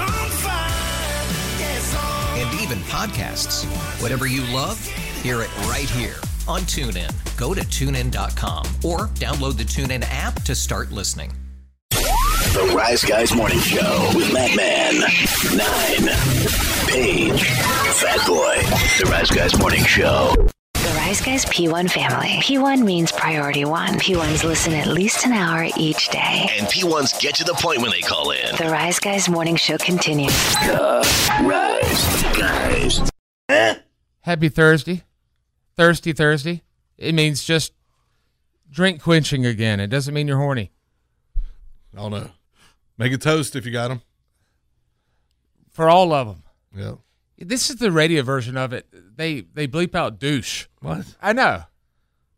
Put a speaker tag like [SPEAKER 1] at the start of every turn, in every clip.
[SPEAKER 1] on fire. Yes,
[SPEAKER 2] and even podcasts. Whatever you love, hear it right here on TuneIn. Go to tunein.com or download the TuneIn app to start listening.
[SPEAKER 3] The Rise Guys Morning Show with Matt Man, Nine, Page, Fat Boy. The Rise Guys Morning Show.
[SPEAKER 4] The Rise Guys P1 family. P1 means priority one. P1s listen at least an hour each day.
[SPEAKER 3] And P1s get to the point when they call in.
[SPEAKER 4] The Rise Guys morning show continues.
[SPEAKER 3] The Rise Guys.
[SPEAKER 5] Eh? Happy Thursday. Thirsty Thursday. It means just drink quenching again. It doesn't mean you're horny.
[SPEAKER 6] I don't know. Make a toast if you got them.
[SPEAKER 5] For all of them.
[SPEAKER 6] Yeah.
[SPEAKER 5] This is the radio version of it. They they bleep out douche.
[SPEAKER 6] What?
[SPEAKER 5] I know.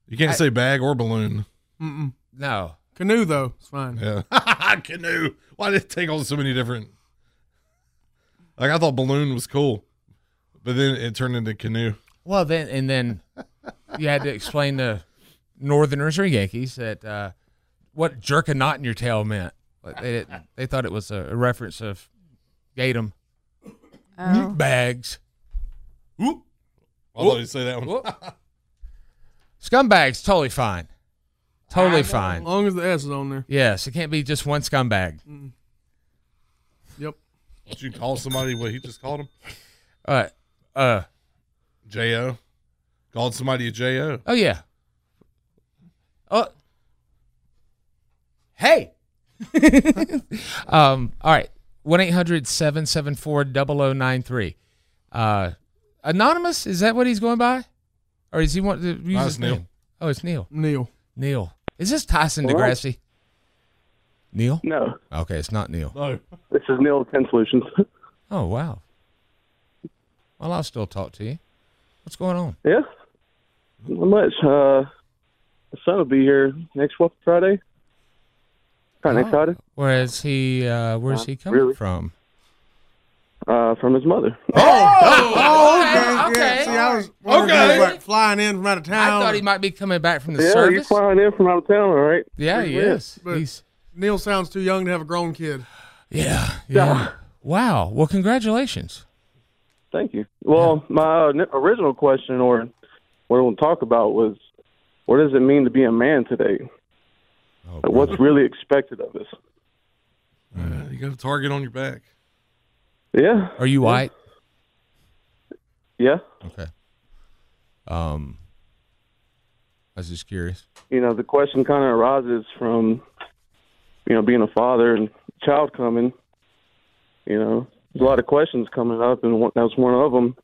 [SPEAKER 6] You can't
[SPEAKER 5] I-
[SPEAKER 6] say bag or balloon.
[SPEAKER 7] Mm-mm.
[SPEAKER 5] No.
[SPEAKER 7] Canoe though, it's fine.
[SPEAKER 6] Yeah. Canoe. Why did it take on so many different? Like I thought balloon was cool, but then it turned into canoe.
[SPEAKER 5] Well, then and then you had to explain to Northerners or Yankees that uh, what jerk a knot in your tail meant. Like, They they thought it was a, a reference of Gatum
[SPEAKER 8] Oh.
[SPEAKER 5] bags,
[SPEAKER 6] Ooh. I thought you'd say that one.
[SPEAKER 5] scumbags. Totally fine. Totally
[SPEAKER 7] As
[SPEAKER 5] fine.
[SPEAKER 7] Ah, long as the S is on there.
[SPEAKER 5] Yes, it can't be just one scumbag.
[SPEAKER 7] Yep.
[SPEAKER 6] Did you call somebody what he just called him?
[SPEAKER 5] Uh, uh.
[SPEAKER 6] Jo. Called somebody a Jo.
[SPEAKER 5] Oh yeah. Oh. Hey. um. All right. One 0093 Uh, anonymous. Is that what he's going by, or is he want to use
[SPEAKER 6] No,
[SPEAKER 5] his
[SPEAKER 6] it's Neil.
[SPEAKER 5] name? Oh, it's Neil.
[SPEAKER 7] Neil.
[SPEAKER 5] Neil. Is this Tyson
[SPEAKER 9] Hello?
[SPEAKER 5] DeGrassi? Neil.
[SPEAKER 9] No,
[SPEAKER 5] Okay, it's not Neil.
[SPEAKER 6] No.
[SPEAKER 9] this is Neil of Ten Solutions.
[SPEAKER 5] Oh wow. Well, I'll still talk to you. What's going on?
[SPEAKER 9] yeah, not much. Uh, the son will be here next what Friday. Probably next Friday.
[SPEAKER 5] Where is he? Uh, where's
[SPEAKER 9] Not
[SPEAKER 5] he coming
[SPEAKER 9] really.
[SPEAKER 5] from?
[SPEAKER 9] Uh, from his mother.
[SPEAKER 7] Oh, okay.
[SPEAKER 5] okay.
[SPEAKER 7] See, I was wondering if he was, like, flying in from out of
[SPEAKER 5] I
[SPEAKER 7] town.
[SPEAKER 5] thought he might be coming back from the
[SPEAKER 9] yeah, you
[SPEAKER 5] service.
[SPEAKER 9] flying in from out of town, all right?
[SPEAKER 5] Yeah, he
[SPEAKER 9] Yeah,
[SPEAKER 5] is.
[SPEAKER 7] but-
[SPEAKER 5] He's
[SPEAKER 7] Neil sounds too young to have a grown kid.
[SPEAKER 5] yeah, yeah. Wow. Well, congratulations.
[SPEAKER 9] Thank you. Well, my uh, n- original question, or what I want to talk about, was what does it mean to be a man today?
[SPEAKER 5] Oh,
[SPEAKER 9] Like, what's really expected of us?
[SPEAKER 6] Uh, you got a target on your back.
[SPEAKER 9] Yeah,
[SPEAKER 5] Are you white?
[SPEAKER 9] yeah.
[SPEAKER 5] Okay. Um, I was just curious.
[SPEAKER 9] you know, the question kind of arises from, you know, being a father and child coming. You know, there's a lot of questions coming up, and one, that was one of them.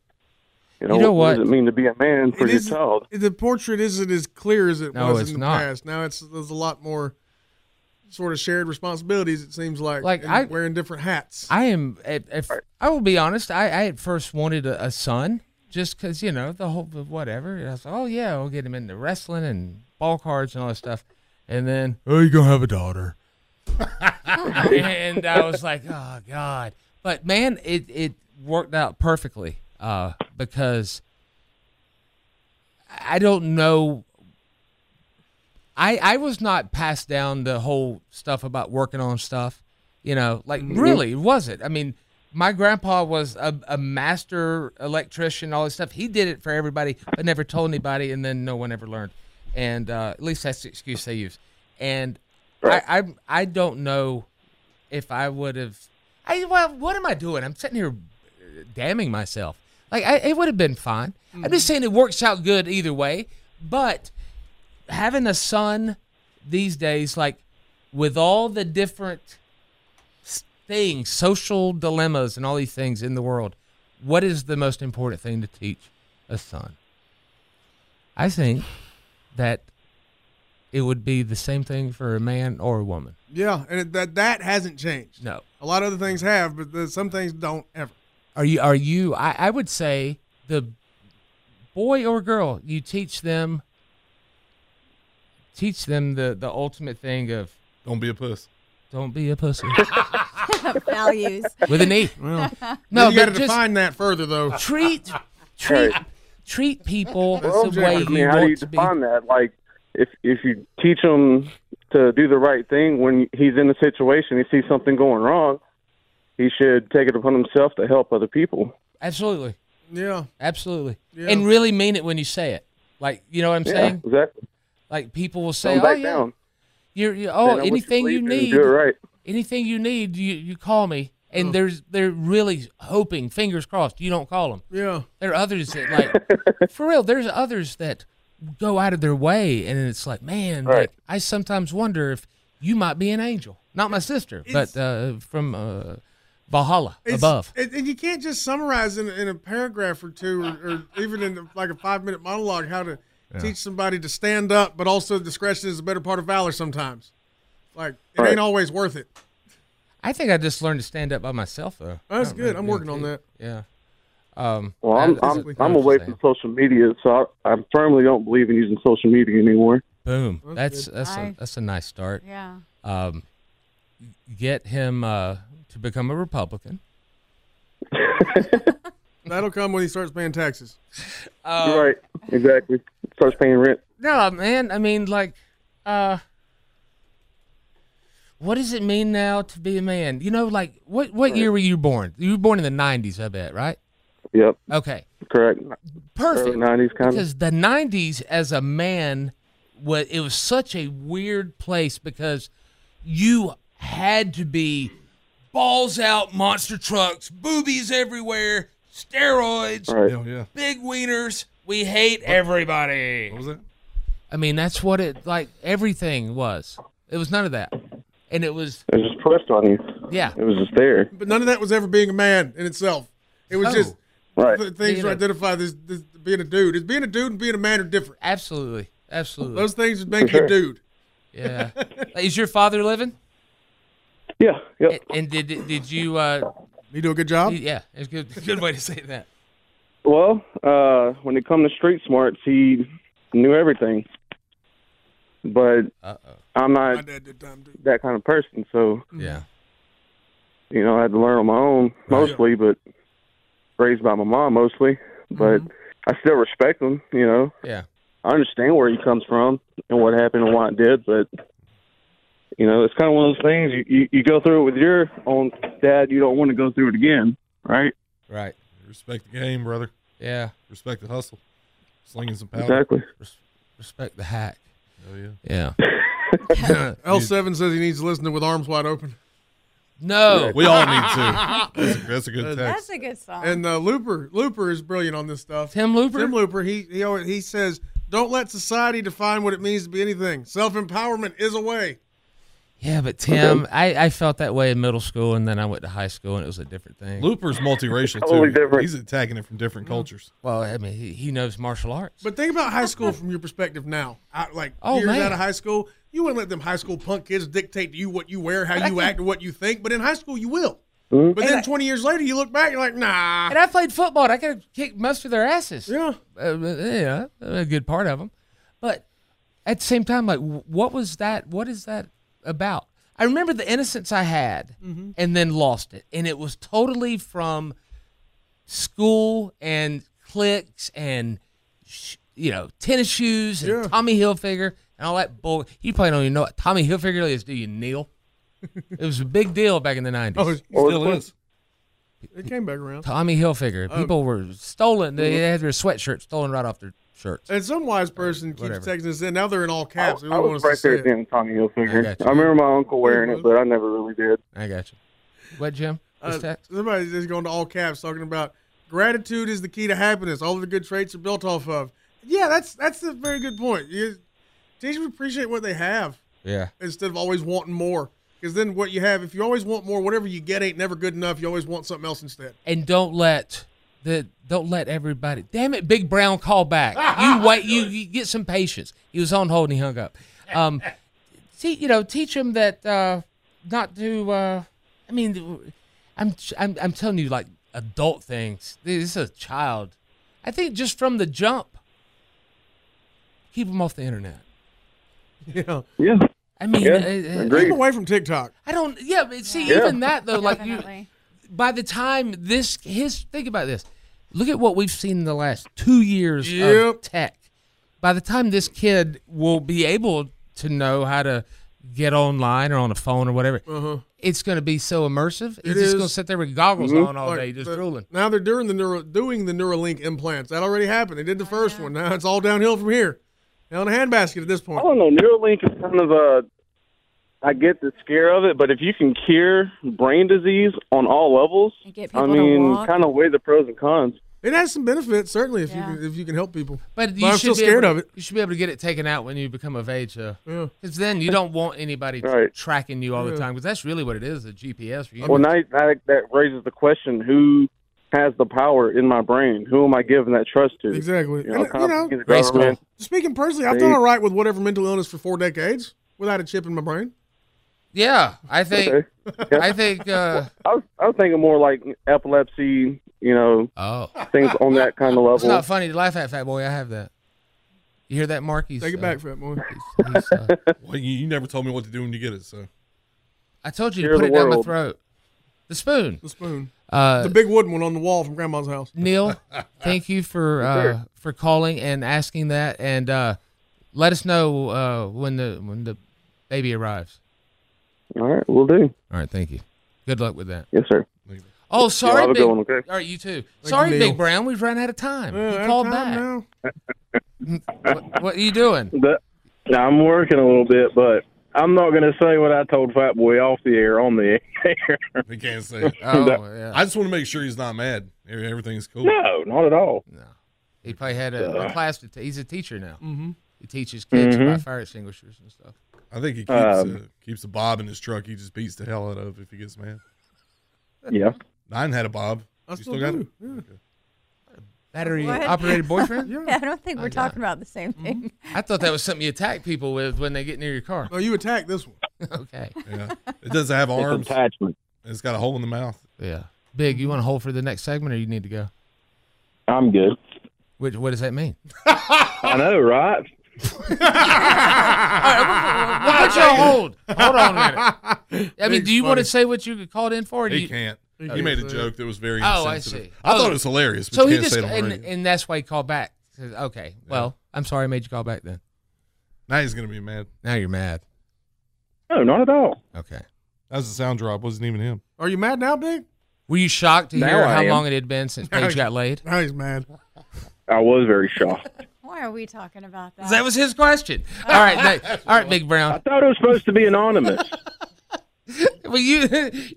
[SPEAKER 9] You know,
[SPEAKER 5] You know
[SPEAKER 9] what, does
[SPEAKER 5] what?
[SPEAKER 9] it mean to be a man for
[SPEAKER 7] It
[SPEAKER 9] your
[SPEAKER 7] is-
[SPEAKER 9] child?
[SPEAKER 7] The portrait isn't as clear as it
[SPEAKER 5] No,
[SPEAKER 7] was
[SPEAKER 5] it's
[SPEAKER 7] in the
[SPEAKER 5] not.
[SPEAKER 7] past. Now it's there's a lot more sort of shared responsibilities. It seems like
[SPEAKER 5] Like,
[SPEAKER 7] and
[SPEAKER 5] I-
[SPEAKER 7] wearing different hats.
[SPEAKER 5] I am. At, at, I will be honest. I, I at first wanted a, a son, just because you know the whole of whatever. And I was like, oh yeah, I'll get him into wrestling and ball cards and all that stuff. And then oh, you're gonna have a daughter. and I was like, oh god. But man, it it worked out perfectly uh, because I don't know. I I was not passed down the whole stuff about working on stuff. You know, like really was it? I mean, my grandpa was a, a master electrician, all this stuff. He did it for everybody, but never told anybody, and then no one ever learned. And uh, at least that's the excuse they use. And I, I I don't know if I would have. I well, what am I doing? I'm sitting here damning myself. Like I, it would have been fine. I'm just saying it works out good either way. But having a son these days, like with all the different s- things, social dilemmas, and all these things in the world, what is the most important thing to teach a son? I think that it would be the same thing for a man or a woman.
[SPEAKER 7] Yeah, and it, that that hasn't changed.
[SPEAKER 5] No.
[SPEAKER 7] A lot of other things have, but the, some things don't ever.
[SPEAKER 5] Are you? Are you? I, I would say the boy or girl. You teach them. Teach them the the ultimate thing of
[SPEAKER 6] don't be a puss.
[SPEAKER 5] Don't be a pussy
[SPEAKER 8] Values.
[SPEAKER 5] with an e.
[SPEAKER 8] Well,
[SPEAKER 7] No, you got to
[SPEAKER 5] but just
[SPEAKER 7] define that further, though.
[SPEAKER 5] Treat treat treat people the way
[SPEAKER 9] I
[SPEAKER 5] you
[SPEAKER 9] mean, how do you
[SPEAKER 5] want to be.
[SPEAKER 9] define that? Like, if if you teach him to do the right thing when he's in a situation, he sees something going wrong, he should take it upon himself to help other people.
[SPEAKER 5] Absolutely.
[SPEAKER 7] Yeah.
[SPEAKER 5] Absolutely.
[SPEAKER 7] Yeah.
[SPEAKER 5] And really mean it when you say it. Like you know what I'm
[SPEAKER 9] Yeah,
[SPEAKER 5] saying?
[SPEAKER 9] Exactly.
[SPEAKER 5] Like people will say,
[SPEAKER 9] Don't
[SPEAKER 5] "Oh
[SPEAKER 9] back
[SPEAKER 5] yeah,
[SPEAKER 9] down.
[SPEAKER 5] you're, you
[SPEAKER 9] know
[SPEAKER 5] oh
[SPEAKER 9] what you
[SPEAKER 5] anything you
[SPEAKER 9] believe in and
[SPEAKER 5] need,
[SPEAKER 9] do it right."
[SPEAKER 5] anything you need, you you call me." And there's they're really hoping, fingers crossed, you don't call them.
[SPEAKER 7] Yeah.
[SPEAKER 5] There are others that like for real. There's others that go out of their way, and it's like, man, like, I sometimes wonder if you might be an angel, not my sister, but uh, from uh, Valhalla
[SPEAKER 7] It's-
[SPEAKER 5] above.
[SPEAKER 7] And, and you can't just summarize in, in a paragraph or two, or, or even in like a five minute monologue, how to
[SPEAKER 5] Yeah.
[SPEAKER 7] teach somebody to stand up, but also discretion is the better part of valor sometimes. Like, it
[SPEAKER 5] Right.
[SPEAKER 7] ain't always worth it.
[SPEAKER 5] I think I just learned to stand up by myself though.
[SPEAKER 7] Oh, That's
[SPEAKER 5] I don't
[SPEAKER 7] good. I'm working on
[SPEAKER 5] really
[SPEAKER 7] that.
[SPEAKER 5] Yeah. Um,
[SPEAKER 9] Well, I'm
[SPEAKER 5] that- that's
[SPEAKER 9] I'm,
[SPEAKER 5] what
[SPEAKER 9] I'm
[SPEAKER 5] coaches
[SPEAKER 9] away
[SPEAKER 5] say.
[SPEAKER 9] from social media, so I, I firmly don't believe in using social media anymore.
[SPEAKER 5] Boom. That's
[SPEAKER 9] That's
[SPEAKER 5] that's a,
[SPEAKER 8] I-
[SPEAKER 5] that's a nice start.
[SPEAKER 8] Yeah.
[SPEAKER 5] Um, get him uh, to become a Republican.
[SPEAKER 7] That'll come when he starts paying taxes.
[SPEAKER 5] Uh,
[SPEAKER 9] You're right. Exactly. Starts paying rent.
[SPEAKER 5] No, man. I mean, like, uh, what does it mean now to be a man? You know, like, what what year were you born? You were born in the '90s, I bet, right?
[SPEAKER 9] Yep.
[SPEAKER 5] Okay.
[SPEAKER 9] Correct.
[SPEAKER 5] Perfect.
[SPEAKER 9] Early 90s kind of.
[SPEAKER 5] because the 90s as a man was it was such a weird place because you had to be balls out monster trucks boobies everywhere steroids
[SPEAKER 6] Right. Hell yeah.
[SPEAKER 5] big wieners we hate everybody what
[SPEAKER 6] was that
[SPEAKER 5] i mean that's what it like everything was it was none of that and it was
[SPEAKER 9] It was just pressed on you.
[SPEAKER 5] Yeah.
[SPEAKER 9] It was just there.
[SPEAKER 7] But none of that was ever being a man in itself. It was
[SPEAKER 5] No.
[SPEAKER 7] just
[SPEAKER 9] Right.
[SPEAKER 7] th- things
[SPEAKER 5] Oh. Being
[SPEAKER 7] to
[SPEAKER 5] a-
[SPEAKER 7] identify this, this being a dude. Is being a dude and being a man are different.
[SPEAKER 5] Absolutely. Absolutely.
[SPEAKER 7] Those things would make you a dude.
[SPEAKER 5] yeah is your father living
[SPEAKER 9] yeah yeah
[SPEAKER 5] and, and did did you uh
[SPEAKER 7] you do a good job
[SPEAKER 5] yeah it's good good way to say that
[SPEAKER 9] Well, uh, when it come to street smarts, he knew everything. But I'm not that kind of person, so
[SPEAKER 5] yeah
[SPEAKER 9] you know I had to learn on my own mostly, but raised by my mom mostly. But
[SPEAKER 5] Mm-hmm.
[SPEAKER 9] I still respect him. You know,
[SPEAKER 5] yeah
[SPEAKER 9] I understand where he comes from and what happened and why it did, but you know it's kind of one of those things you, you you go through it with your own dad, you don't want to go through it again, right?
[SPEAKER 5] Right.
[SPEAKER 6] Respect the game, brother.
[SPEAKER 5] Yeah.
[SPEAKER 6] Respect the hustle. Slinging some powder.
[SPEAKER 9] Exactly.
[SPEAKER 5] Respect the hack.
[SPEAKER 6] Oh yeah.
[SPEAKER 5] Yeah.
[SPEAKER 7] L7 says he needs to listen to with arms wide open.
[SPEAKER 5] No.
[SPEAKER 6] We all need to. That's a, that's a good text.
[SPEAKER 8] That's a good song.
[SPEAKER 7] And uh, Looper, Looper is brilliant on this stuff.
[SPEAKER 5] Tim Looper.
[SPEAKER 7] Tim Looper. He he always, he says, "Don't let society define what it means to be anything. Self empowerment is a way."
[SPEAKER 5] Yeah, but Tim, I, I felt that way in middle school, and then I went to high school, and it was a different thing.
[SPEAKER 6] Looper's multiracial
[SPEAKER 5] Totally
[SPEAKER 6] too.
[SPEAKER 5] different.
[SPEAKER 6] He's attacking it from different cultures.
[SPEAKER 5] Mm. Well, I mean, he, he knows martial arts.
[SPEAKER 7] But think about high school from your perspective now. I, like
[SPEAKER 5] Oh,
[SPEAKER 7] years
[SPEAKER 5] man.
[SPEAKER 7] out of high school, you wouldn't let them high school punk kids dictate to you what you wear, how you act, and what you think. But in high school, you will.
[SPEAKER 9] Mhm.
[SPEAKER 7] But then 20 years later, you look back, you're like, nah.
[SPEAKER 5] And I played football, and I could kick most of their asses.
[SPEAKER 7] Yeah.
[SPEAKER 5] Uh, yeah, a good part of them. But at the same time, like, wh- what was that? What is that about? I remember the innocence I
[SPEAKER 7] Mm.
[SPEAKER 5] had, and then lost it, and it was totally from school and cliques and sh- you know tennis shoes and Tommy Hilfiger and all that bull. You probably don't even know what Tommy Hilfiger is, do you, Neil? it was a big deal back in the nineties.
[SPEAKER 7] Oh, it still is. It came back around.
[SPEAKER 5] Tommy Hilfiger.
[SPEAKER 7] Oh. Mm-hmm.
[SPEAKER 5] People were stolen. They had their sweatshirt stolen right off their shirts.
[SPEAKER 7] And some wise person keeps
[SPEAKER 5] Whatever.
[SPEAKER 7] texting us in. Now they're in all caps.
[SPEAKER 9] I was right there at the end of Tommy
[SPEAKER 5] I
[SPEAKER 9] Hilfiger.
[SPEAKER 5] got
[SPEAKER 9] I,
[SPEAKER 5] you.
[SPEAKER 9] remember my uncle wearing it, but I never really did.
[SPEAKER 5] I got you. What, Jim? This
[SPEAKER 7] Uh, somebody's just going to all caps talking about Gratitude is the key to happiness. All of the good traits are built off of. Yeah, that's that's a very good point. You, teach them to appreciate what they have
[SPEAKER 5] Yeah.
[SPEAKER 7] instead of always wanting more. Because then what you have, if you always want more, whatever you get ain't never good enough. You always want something else instead.
[SPEAKER 5] And don't let the don't let everybody. Damn it, Big Brown, call back. You wait. You, you get some patience. He was on hold and he hung up. Um, see, you know, teach him that uh, not to. Uh, I mean, I'm I'm I'm telling you like adult things. This is a child. I think just from the jump, keep him off the internet.
[SPEAKER 7] Yeah.
[SPEAKER 9] Yeah.
[SPEAKER 5] I mean,
[SPEAKER 7] Yeah,
[SPEAKER 5] uh, uh,
[SPEAKER 7] agreed. Keep away from TikTok.
[SPEAKER 5] I don't. Yeah, but see,
[SPEAKER 7] Yeah.
[SPEAKER 5] even that though, like you, by the time this his think about this, look at what we've seen in the last two years
[SPEAKER 7] Yep.
[SPEAKER 5] of tech. By the time this kid will be able to know how to get online or on a phone or whatever,
[SPEAKER 7] Uh-huh.
[SPEAKER 5] it's going to be so immersive.
[SPEAKER 7] It
[SPEAKER 5] He's just
[SPEAKER 7] is.
[SPEAKER 5] going to sit there with goggles
[SPEAKER 7] Mhm.
[SPEAKER 5] on all
[SPEAKER 7] Like,
[SPEAKER 5] day, just
[SPEAKER 7] the-
[SPEAKER 5] drooling.
[SPEAKER 7] Now they're doing the neural, doing the Neuralink implants. That already happened. They did the first one. Now it's all downhill from here. Now in a handbasket at this point.
[SPEAKER 9] I don't know. Neuralink is kind of a. I get the scare of it, but if you can cure brain disease on all levels,
[SPEAKER 7] get
[SPEAKER 9] I
[SPEAKER 7] people to
[SPEAKER 9] mean,
[SPEAKER 7] walk.
[SPEAKER 9] kind of weigh the pros and cons.
[SPEAKER 7] It has some benefits certainly if you can, if you can help people.
[SPEAKER 5] But you
[SPEAKER 7] I'm
[SPEAKER 5] should
[SPEAKER 7] still
[SPEAKER 5] be
[SPEAKER 7] scared
[SPEAKER 5] able,
[SPEAKER 7] of it.
[SPEAKER 5] You should be able to get it taken out when you become of age, though. Because then you don't want anybody t-
[SPEAKER 9] Right.
[SPEAKER 5] tracking you all the
[SPEAKER 9] Yeah.
[SPEAKER 5] time. Because that's really what it is—a GPS. For you.
[SPEAKER 9] Well, now now that raises the question: Who has the power in my brain? Who am I giving that trust to?
[SPEAKER 7] Exactly.
[SPEAKER 9] You know,
[SPEAKER 7] And, you know,
[SPEAKER 9] the government.
[SPEAKER 7] Speaking personally, I've
[SPEAKER 9] They-
[SPEAKER 7] done all right with whatever mental illness for four decades without a chip in my brain.
[SPEAKER 5] Yeah, I think.
[SPEAKER 9] Okay. Yeah.
[SPEAKER 5] I think. Uh,
[SPEAKER 9] I was, I was thinking more like epilepsy, you know,
[SPEAKER 5] oh.
[SPEAKER 9] things on that kind of level.
[SPEAKER 5] It's not funny to laugh at, Fat Boy. I have that. You hear that, Mark? He's,
[SPEAKER 7] Take it
[SPEAKER 5] uh,
[SPEAKER 7] back, Fat Boy.
[SPEAKER 6] well, you, you never told me what to do when you get it, so
[SPEAKER 5] I told you
[SPEAKER 6] Hear
[SPEAKER 5] to put
[SPEAKER 6] the
[SPEAKER 5] it down my
[SPEAKER 6] world.
[SPEAKER 5] throat. The spoon.
[SPEAKER 7] The spoon.
[SPEAKER 5] Uh,
[SPEAKER 7] the big wooden one on the wall from Grandma's house.
[SPEAKER 5] Neil, thank you for uh,
[SPEAKER 7] Sure.
[SPEAKER 5] for calling and asking that, and uh, let us know uh, when the when the baby arrives.
[SPEAKER 9] All right, we'll do.
[SPEAKER 5] All right, thank you. Good luck with that.
[SPEAKER 9] Yes, sir.
[SPEAKER 5] Oh, sorry,
[SPEAKER 9] have a
[SPEAKER 5] big,
[SPEAKER 9] good one, okay?
[SPEAKER 5] All right, you too.
[SPEAKER 9] you,
[SPEAKER 5] sorry,
[SPEAKER 9] Neil.
[SPEAKER 5] Big Brown. We've run out of time.
[SPEAKER 7] Yeah, out
[SPEAKER 5] you
[SPEAKER 7] of
[SPEAKER 5] called
[SPEAKER 7] time
[SPEAKER 5] back.
[SPEAKER 7] now.
[SPEAKER 5] what, what are you doing?
[SPEAKER 10] But, now I'm working a little bit, but I'm not going to say what I told Fat Boy off the air on the air.
[SPEAKER 6] we can't say. it.
[SPEAKER 10] Oh, yeah.
[SPEAKER 6] I just want to make sure he's not mad. Every- Everything's cool.
[SPEAKER 10] No, not at all.
[SPEAKER 5] He probably had a, a
[SPEAKER 6] Uh.
[SPEAKER 5] class. To t- he's a teacher now.
[SPEAKER 7] Mm-hmm.
[SPEAKER 5] He teaches kids
[SPEAKER 9] Mm-hmm.
[SPEAKER 6] Mhm.
[SPEAKER 5] by fire extinguishers and stuff.
[SPEAKER 6] I think he keeps uh,
[SPEAKER 5] Um,
[SPEAKER 6] keeps a bob in his truck. He just beats the hell out of if he gets mad.
[SPEAKER 10] Yeah.
[SPEAKER 6] Nine had a bob.
[SPEAKER 7] I
[SPEAKER 6] You
[SPEAKER 7] still,
[SPEAKER 6] got it?
[SPEAKER 7] do. Yeah.
[SPEAKER 5] Battery
[SPEAKER 8] What?
[SPEAKER 5] operated boyfriend.
[SPEAKER 8] I don't think we're talking about the same
[SPEAKER 5] Mm-hmm.
[SPEAKER 8] thing.
[SPEAKER 5] I thought that was something you attack people with when they get near your car.
[SPEAKER 7] No, you attack this one.
[SPEAKER 5] okay.
[SPEAKER 6] Yeah. It doesn't have
[SPEAKER 5] It's
[SPEAKER 6] arms. Attachment. It's got a hole in the mouth.
[SPEAKER 5] Yeah. Big, you want to hold for the next segment, or you need to go?
[SPEAKER 10] I'm good.
[SPEAKER 5] Which, what does that mean?
[SPEAKER 10] I know, right?
[SPEAKER 5] We'll put you on hold. Hold on a minute. I mean,
[SPEAKER 6] Big's
[SPEAKER 5] do you want to
[SPEAKER 6] funny.
[SPEAKER 5] say what you called in for? or do
[SPEAKER 6] He
[SPEAKER 5] you-
[SPEAKER 6] can't. He
[SPEAKER 5] Oh,
[SPEAKER 6] made a
[SPEAKER 5] can't.
[SPEAKER 6] joke that was very
[SPEAKER 5] Oh, I
[SPEAKER 6] insensitive.
[SPEAKER 5] see.
[SPEAKER 6] I
[SPEAKER 5] Oh.
[SPEAKER 6] thought it was hilarious, but
[SPEAKER 5] So
[SPEAKER 6] you
[SPEAKER 5] he
[SPEAKER 6] can't
[SPEAKER 5] just
[SPEAKER 6] say it on the
[SPEAKER 5] and,
[SPEAKER 6] radio.
[SPEAKER 5] and that's why he called back. Says, Okay. Well, I'm sorry, I made you call back then.
[SPEAKER 6] Now he's gonna be mad.
[SPEAKER 5] Now you're mad.
[SPEAKER 10] No, not at all.
[SPEAKER 5] Okay.
[SPEAKER 6] That was a sound drop. Wasn't even him.
[SPEAKER 7] Are you mad now, Big?
[SPEAKER 5] Were you shocked to
[SPEAKER 6] Now
[SPEAKER 5] hear
[SPEAKER 6] I
[SPEAKER 5] how
[SPEAKER 6] am.
[SPEAKER 5] long it had been since Paige got laid?
[SPEAKER 7] Now he's mad.
[SPEAKER 10] I was very shocked.
[SPEAKER 8] Why are we talking about that?
[SPEAKER 5] That was his question. All right, that- all right, Big Brown. I
[SPEAKER 10] thought it was supposed to be anonymous.
[SPEAKER 5] Well, you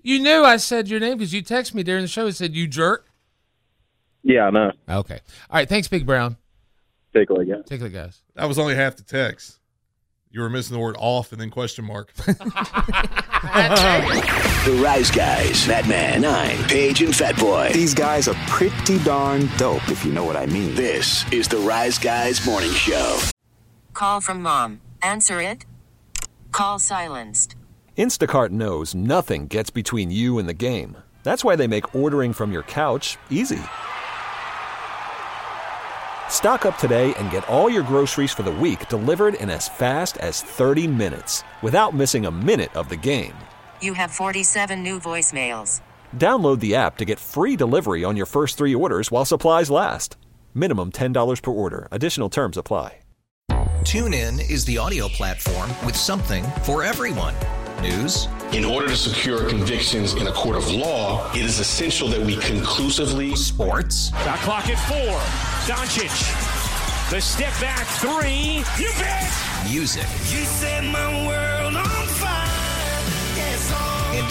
[SPEAKER 5] you knew I said your name because you texted me during the show and said you jerk.
[SPEAKER 10] Yeah, I know.
[SPEAKER 5] Okay. All right, thanks, Big Brown.
[SPEAKER 10] Take a look, guys.
[SPEAKER 5] Take a look, guys.
[SPEAKER 6] That was only half the text. You were missing the word off and then question mark.
[SPEAKER 3] The Rise Guys, Madman 9, Paige and Fatboy. These guys are pretty darn dope, if you know what I mean. This is the Rise Guys Morning Show.
[SPEAKER 11] Call from mom. Answer it. Call silenced.
[SPEAKER 12] Instacart knows nothing gets between you and the game. That's why they make ordering from your couch easy. Stock up today and get all your groceries for the week delivered in as fast as 30 minutes without missing a minute of the game.
[SPEAKER 11] You have 47 new voicemails.
[SPEAKER 12] Download the app to get free delivery on your first three orders while supplies last. Minimum $10 per order. Additional terms apply.
[SPEAKER 2] TuneIn is the audio platform with something for everyone. News,
[SPEAKER 13] In order to secure convictions in a court of law, it is essential that we conclusively.
[SPEAKER 2] Sports.
[SPEAKER 14] The clock at four. Doncic. The step back three. You bet.
[SPEAKER 2] music,
[SPEAKER 1] You set my world on fire. Yes, oh.
[SPEAKER 2] and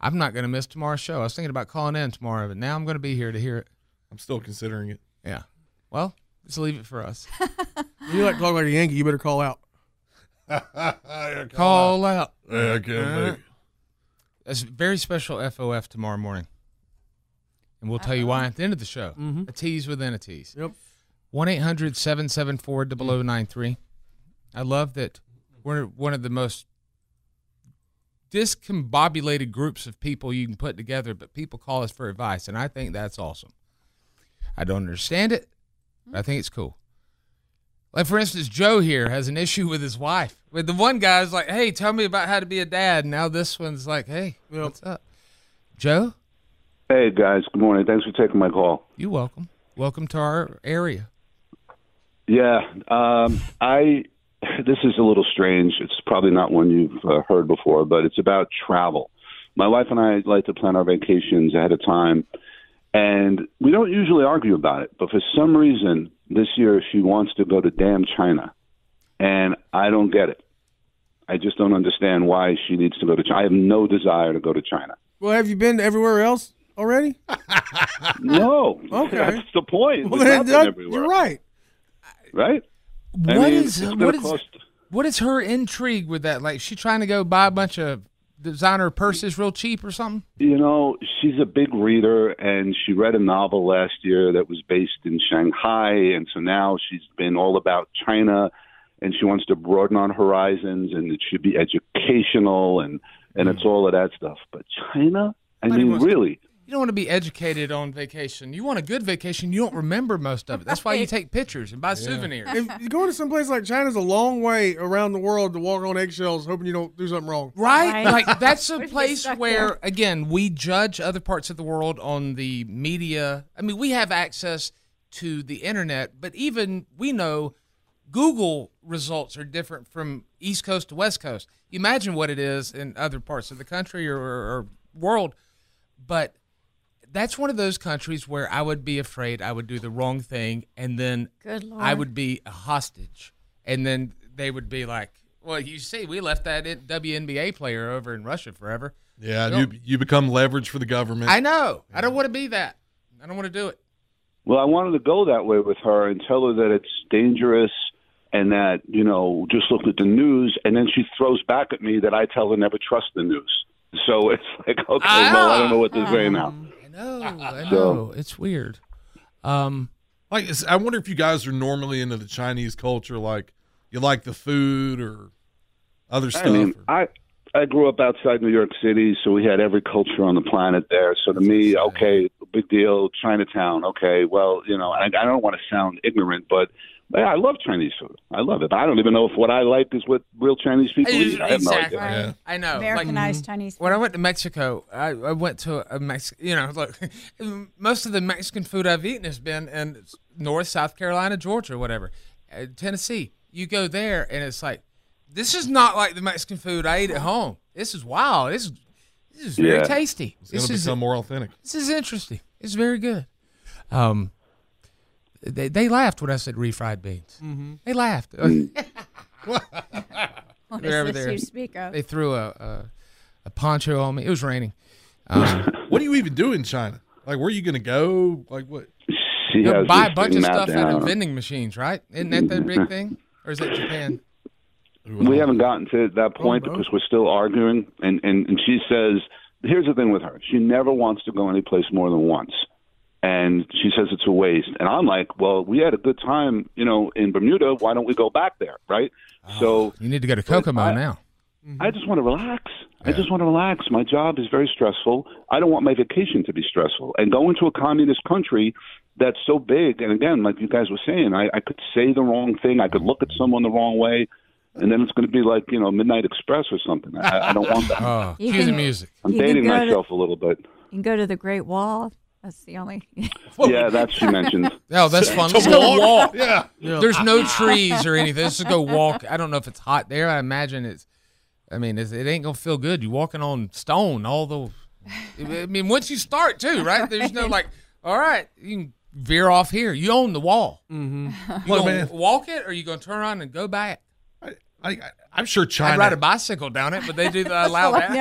[SPEAKER 5] I'm not going to miss tomorrow's show. I was thinking about calling in tomorrow, but now I'm going to be here to hear it.
[SPEAKER 6] I'm still considering it.
[SPEAKER 5] Yeah. Well, just leave it for us.
[SPEAKER 7] You like talk like a Yankee, you better call out.
[SPEAKER 5] Call out.
[SPEAKER 6] Yeah, I can't
[SPEAKER 5] Uh,
[SPEAKER 6] make it.
[SPEAKER 5] It's a very special FOF tomorrow morning. And we'll tell you why at the end of the show. A tease within a tease.
[SPEAKER 7] Yep.
[SPEAKER 5] 1 800 774 0093. I love that we're one of the most discombobulated groups of people you can put together, but people call us for advice. And I think that's awesome. I don't understand it, but I think it's cool. Like for instance, Joe here has an issue with his wife. With the one guy's like, "Hey, tell me about how to be a dad." Now this one's like, "Hey, what's up?" Joe,
[SPEAKER 15] Hey guys, good morning. Thanks for taking my call.
[SPEAKER 5] you welcome. Welcome to our area.
[SPEAKER 15] Yeah, um, I. This is a little strange. It's probably not one you've uh, heard before, but it's about travel. My wife and I like to plan our vacations ahead of time, and we don't usually argue about it. But for some reason, this year she wants to go to damn China, and I don't get it. I just don't understand why she needs to go to China. I have no desire to go to China.
[SPEAKER 7] Well, have you been everywhere else already?
[SPEAKER 15] No,
[SPEAKER 7] Okay.
[SPEAKER 15] that's the point.
[SPEAKER 7] Well,
[SPEAKER 15] We've
[SPEAKER 7] then,
[SPEAKER 15] not been
[SPEAKER 7] Doug,
[SPEAKER 15] everywhere.
[SPEAKER 7] you're right.
[SPEAKER 15] right? I
[SPEAKER 5] What
[SPEAKER 15] mean,
[SPEAKER 5] is- uh,
[SPEAKER 15] it's
[SPEAKER 5] what
[SPEAKER 15] gonna
[SPEAKER 5] is-
[SPEAKER 15] cost-
[SPEAKER 5] What is her intrigue with that? Like, she trying to go buy a bunch of designer purses real cheap or something?
[SPEAKER 15] You know, she's a big reader, and she read a novel last year that was based in Shanghai, and so now she's been all about China, and she wants to broaden on horizons, and it should be educational, and and it's all of that stuff. But China, I
[SPEAKER 5] Nobody
[SPEAKER 15] mean,
[SPEAKER 5] wants to-
[SPEAKER 15] really,
[SPEAKER 5] You don't want to be educated on vacation. You want a good vacation. You don't remember most of it. That's why you take pictures and buy souvenirs.
[SPEAKER 7] If going to some place like China's a long way around the world to walk on eggshells, hoping you don't do something wrong.
[SPEAKER 5] Right? Like that's a
[SPEAKER 7] We'd get
[SPEAKER 5] place
[SPEAKER 7] stuck
[SPEAKER 5] where
[SPEAKER 7] there.
[SPEAKER 5] again, we judge other parts of the world on the media. I mean, we have access to the internet, but even we know Google results are different from East Coast to West Coast. Imagine what it is in other parts of the country or, or, or world. But that's one of those countries where I would be afraid I would do the wrong thing, and then
[SPEAKER 8] Good Lord.
[SPEAKER 5] I would be a hostage, and then they would be like, "Well, you see, we left that WNBA player over in Russia forever."
[SPEAKER 6] Yeah,
[SPEAKER 5] Well-
[SPEAKER 6] you you become leverage for the government.
[SPEAKER 5] I know. I don't want to be that. I don't want to do it.
[SPEAKER 15] well, I wanted to go that way with her and tell her that it's dangerous. And that, you know, just look at the news. And then she throws back at me that I tell her never trust the news. So it's like, okay, well, I don't know what to say now.
[SPEAKER 5] I know. I know.
[SPEAKER 15] So-
[SPEAKER 5] it's weird. Um,
[SPEAKER 6] like it's, I wonder if you guys are normally into the Chinese culture, like you like the food or other stuff?
[SPEAKER 15] I mean, I I grew up outside New York City, so we had every culture on the planet there. So to me, okay, big deal, Chinatown. Okay, well, you know, I, I don't want to sound ignorant, but yeah, I love Chinese food. I love it. I don't even know if what I like is what real Chinese people eat. I have no
[SPEAKER 5] exactly.
[SPEAKER 15] idea.
[SPEAKER 5] I know. mm-hmm.
[SPEAKER 8] Americanized Chinese
[SPEAKER 5] When I went to Mexico, I, I went to a Mex. You know, look, most of the Mexican food I've eaten has been in North, South Carolina, Georgia, whatever, Uh, Tennessee. You go there, and it's like, this is not like the Mexican food I eat at home. This is wow. This is this is very
[SPEAKER 6] Yeah.
[SPEAKER 5] tasty.
[SPEAKER 6] It's gonna
[SPEAKER 5] this is
[SPEAKER 6] become more authentic.
[SPEAKER 5] This is interesting. It's very good. Um, they they laughed when I said refried beans.
[SPEAKER 15] Mm-hmm.
[SPEAKER 5] They laughed.
[SPEAKER 15] Mm.
[SPEAKER 8] What
[SPEAKER 5] They're
[SPEAKER 8] is
[SPEAKER 5] over
[SPEAKER 8] this
[SPEAKER 5] there.
[SPEAKER 8] you speak of?
[SPEAKER 5] They threw a, a a poncho on me. It was raining. Um,
[SPEAKER 6] what do you even do in China? Like, where are you going to go? Like, what?
[SPEAKER 15] She
[SPEAKER 5] They'll
[SPEAKER 15] has
[SPEAKER 5] buy
[SPEAKER 15] this
[SPEAKER 5] a bunch
[SPEAKER 15] thing
[SPEAKER 5] of
[SPEAKER 15] mapped
[SPEAKER 5] stuff out of
[SPEAKER 15] out.
[SPEAKER 5] vending machines, right? Isn't that the big thing, or is that Japan?
[SPEAKER 15] We haven't gotten to that point because we're still arguing, and, and and she says, "Here's the thing with her: she never wants to go any place more than once." And she says it's a waste, and I'm like, "Well, we had a good time, you know, in Bermuda. Why don't we go back there, right?" so
[SPEAKER 5] You need to go to Kokomo now.
[SPEAKER 15] I just want to relax. I just want to relax. My job is very stressful. I don't want my vacation to be stressful. And going to a communist country that's so big, and again, like you guys were saying, I, I could say the wrong thing. I could look at someone the wrong way, and then it's going to be like, you know, Midnight Express or something. I, I don't want that.
[SPEAKER 5] Oh,
[SPEAKER 8] You cue the can- music.
[SPEAKER 15] I'm
[SPEAKER 8] you can
[SPEAKER 15] dating
[SPEAKER 8] go to-
[SPEAKER 15] myself a little bit.
[SPEAKER 8] You can go to the Great Wall. That's the only.
[SPEAKER 15] Yeah, that's she mentioned.
[SPEAKER 5] Oh, that's fun. Let's
[SPEAKER 8] To
[SPEAKER 5] go
[SPEAKER 8] walk.
[SPEAKER 5] walk.
[SPEAKER 8] Yeah.
[SPEAKER 5] There's no trees or anything. Let's just go walk. I don't know if it's hot there. I imagine it's. I mean, it's, it ain't gonna feel good. You're walking on stone. All the. I mean, once you start too, right? There's no like. All right, you can veer off here. You own the wall. Mm-hmm. You
[SPEAKER 6] Look,
[SPEAKER 5] gonna
[SPEAKER 6] man.
[SPEAKER 5] walk it, or you gonna turn around and go back?
[SPEAKER 6] I, I, I'm sure China.
[SPEAKER 5] I'd ride a bicycle down it, but they do the allow that.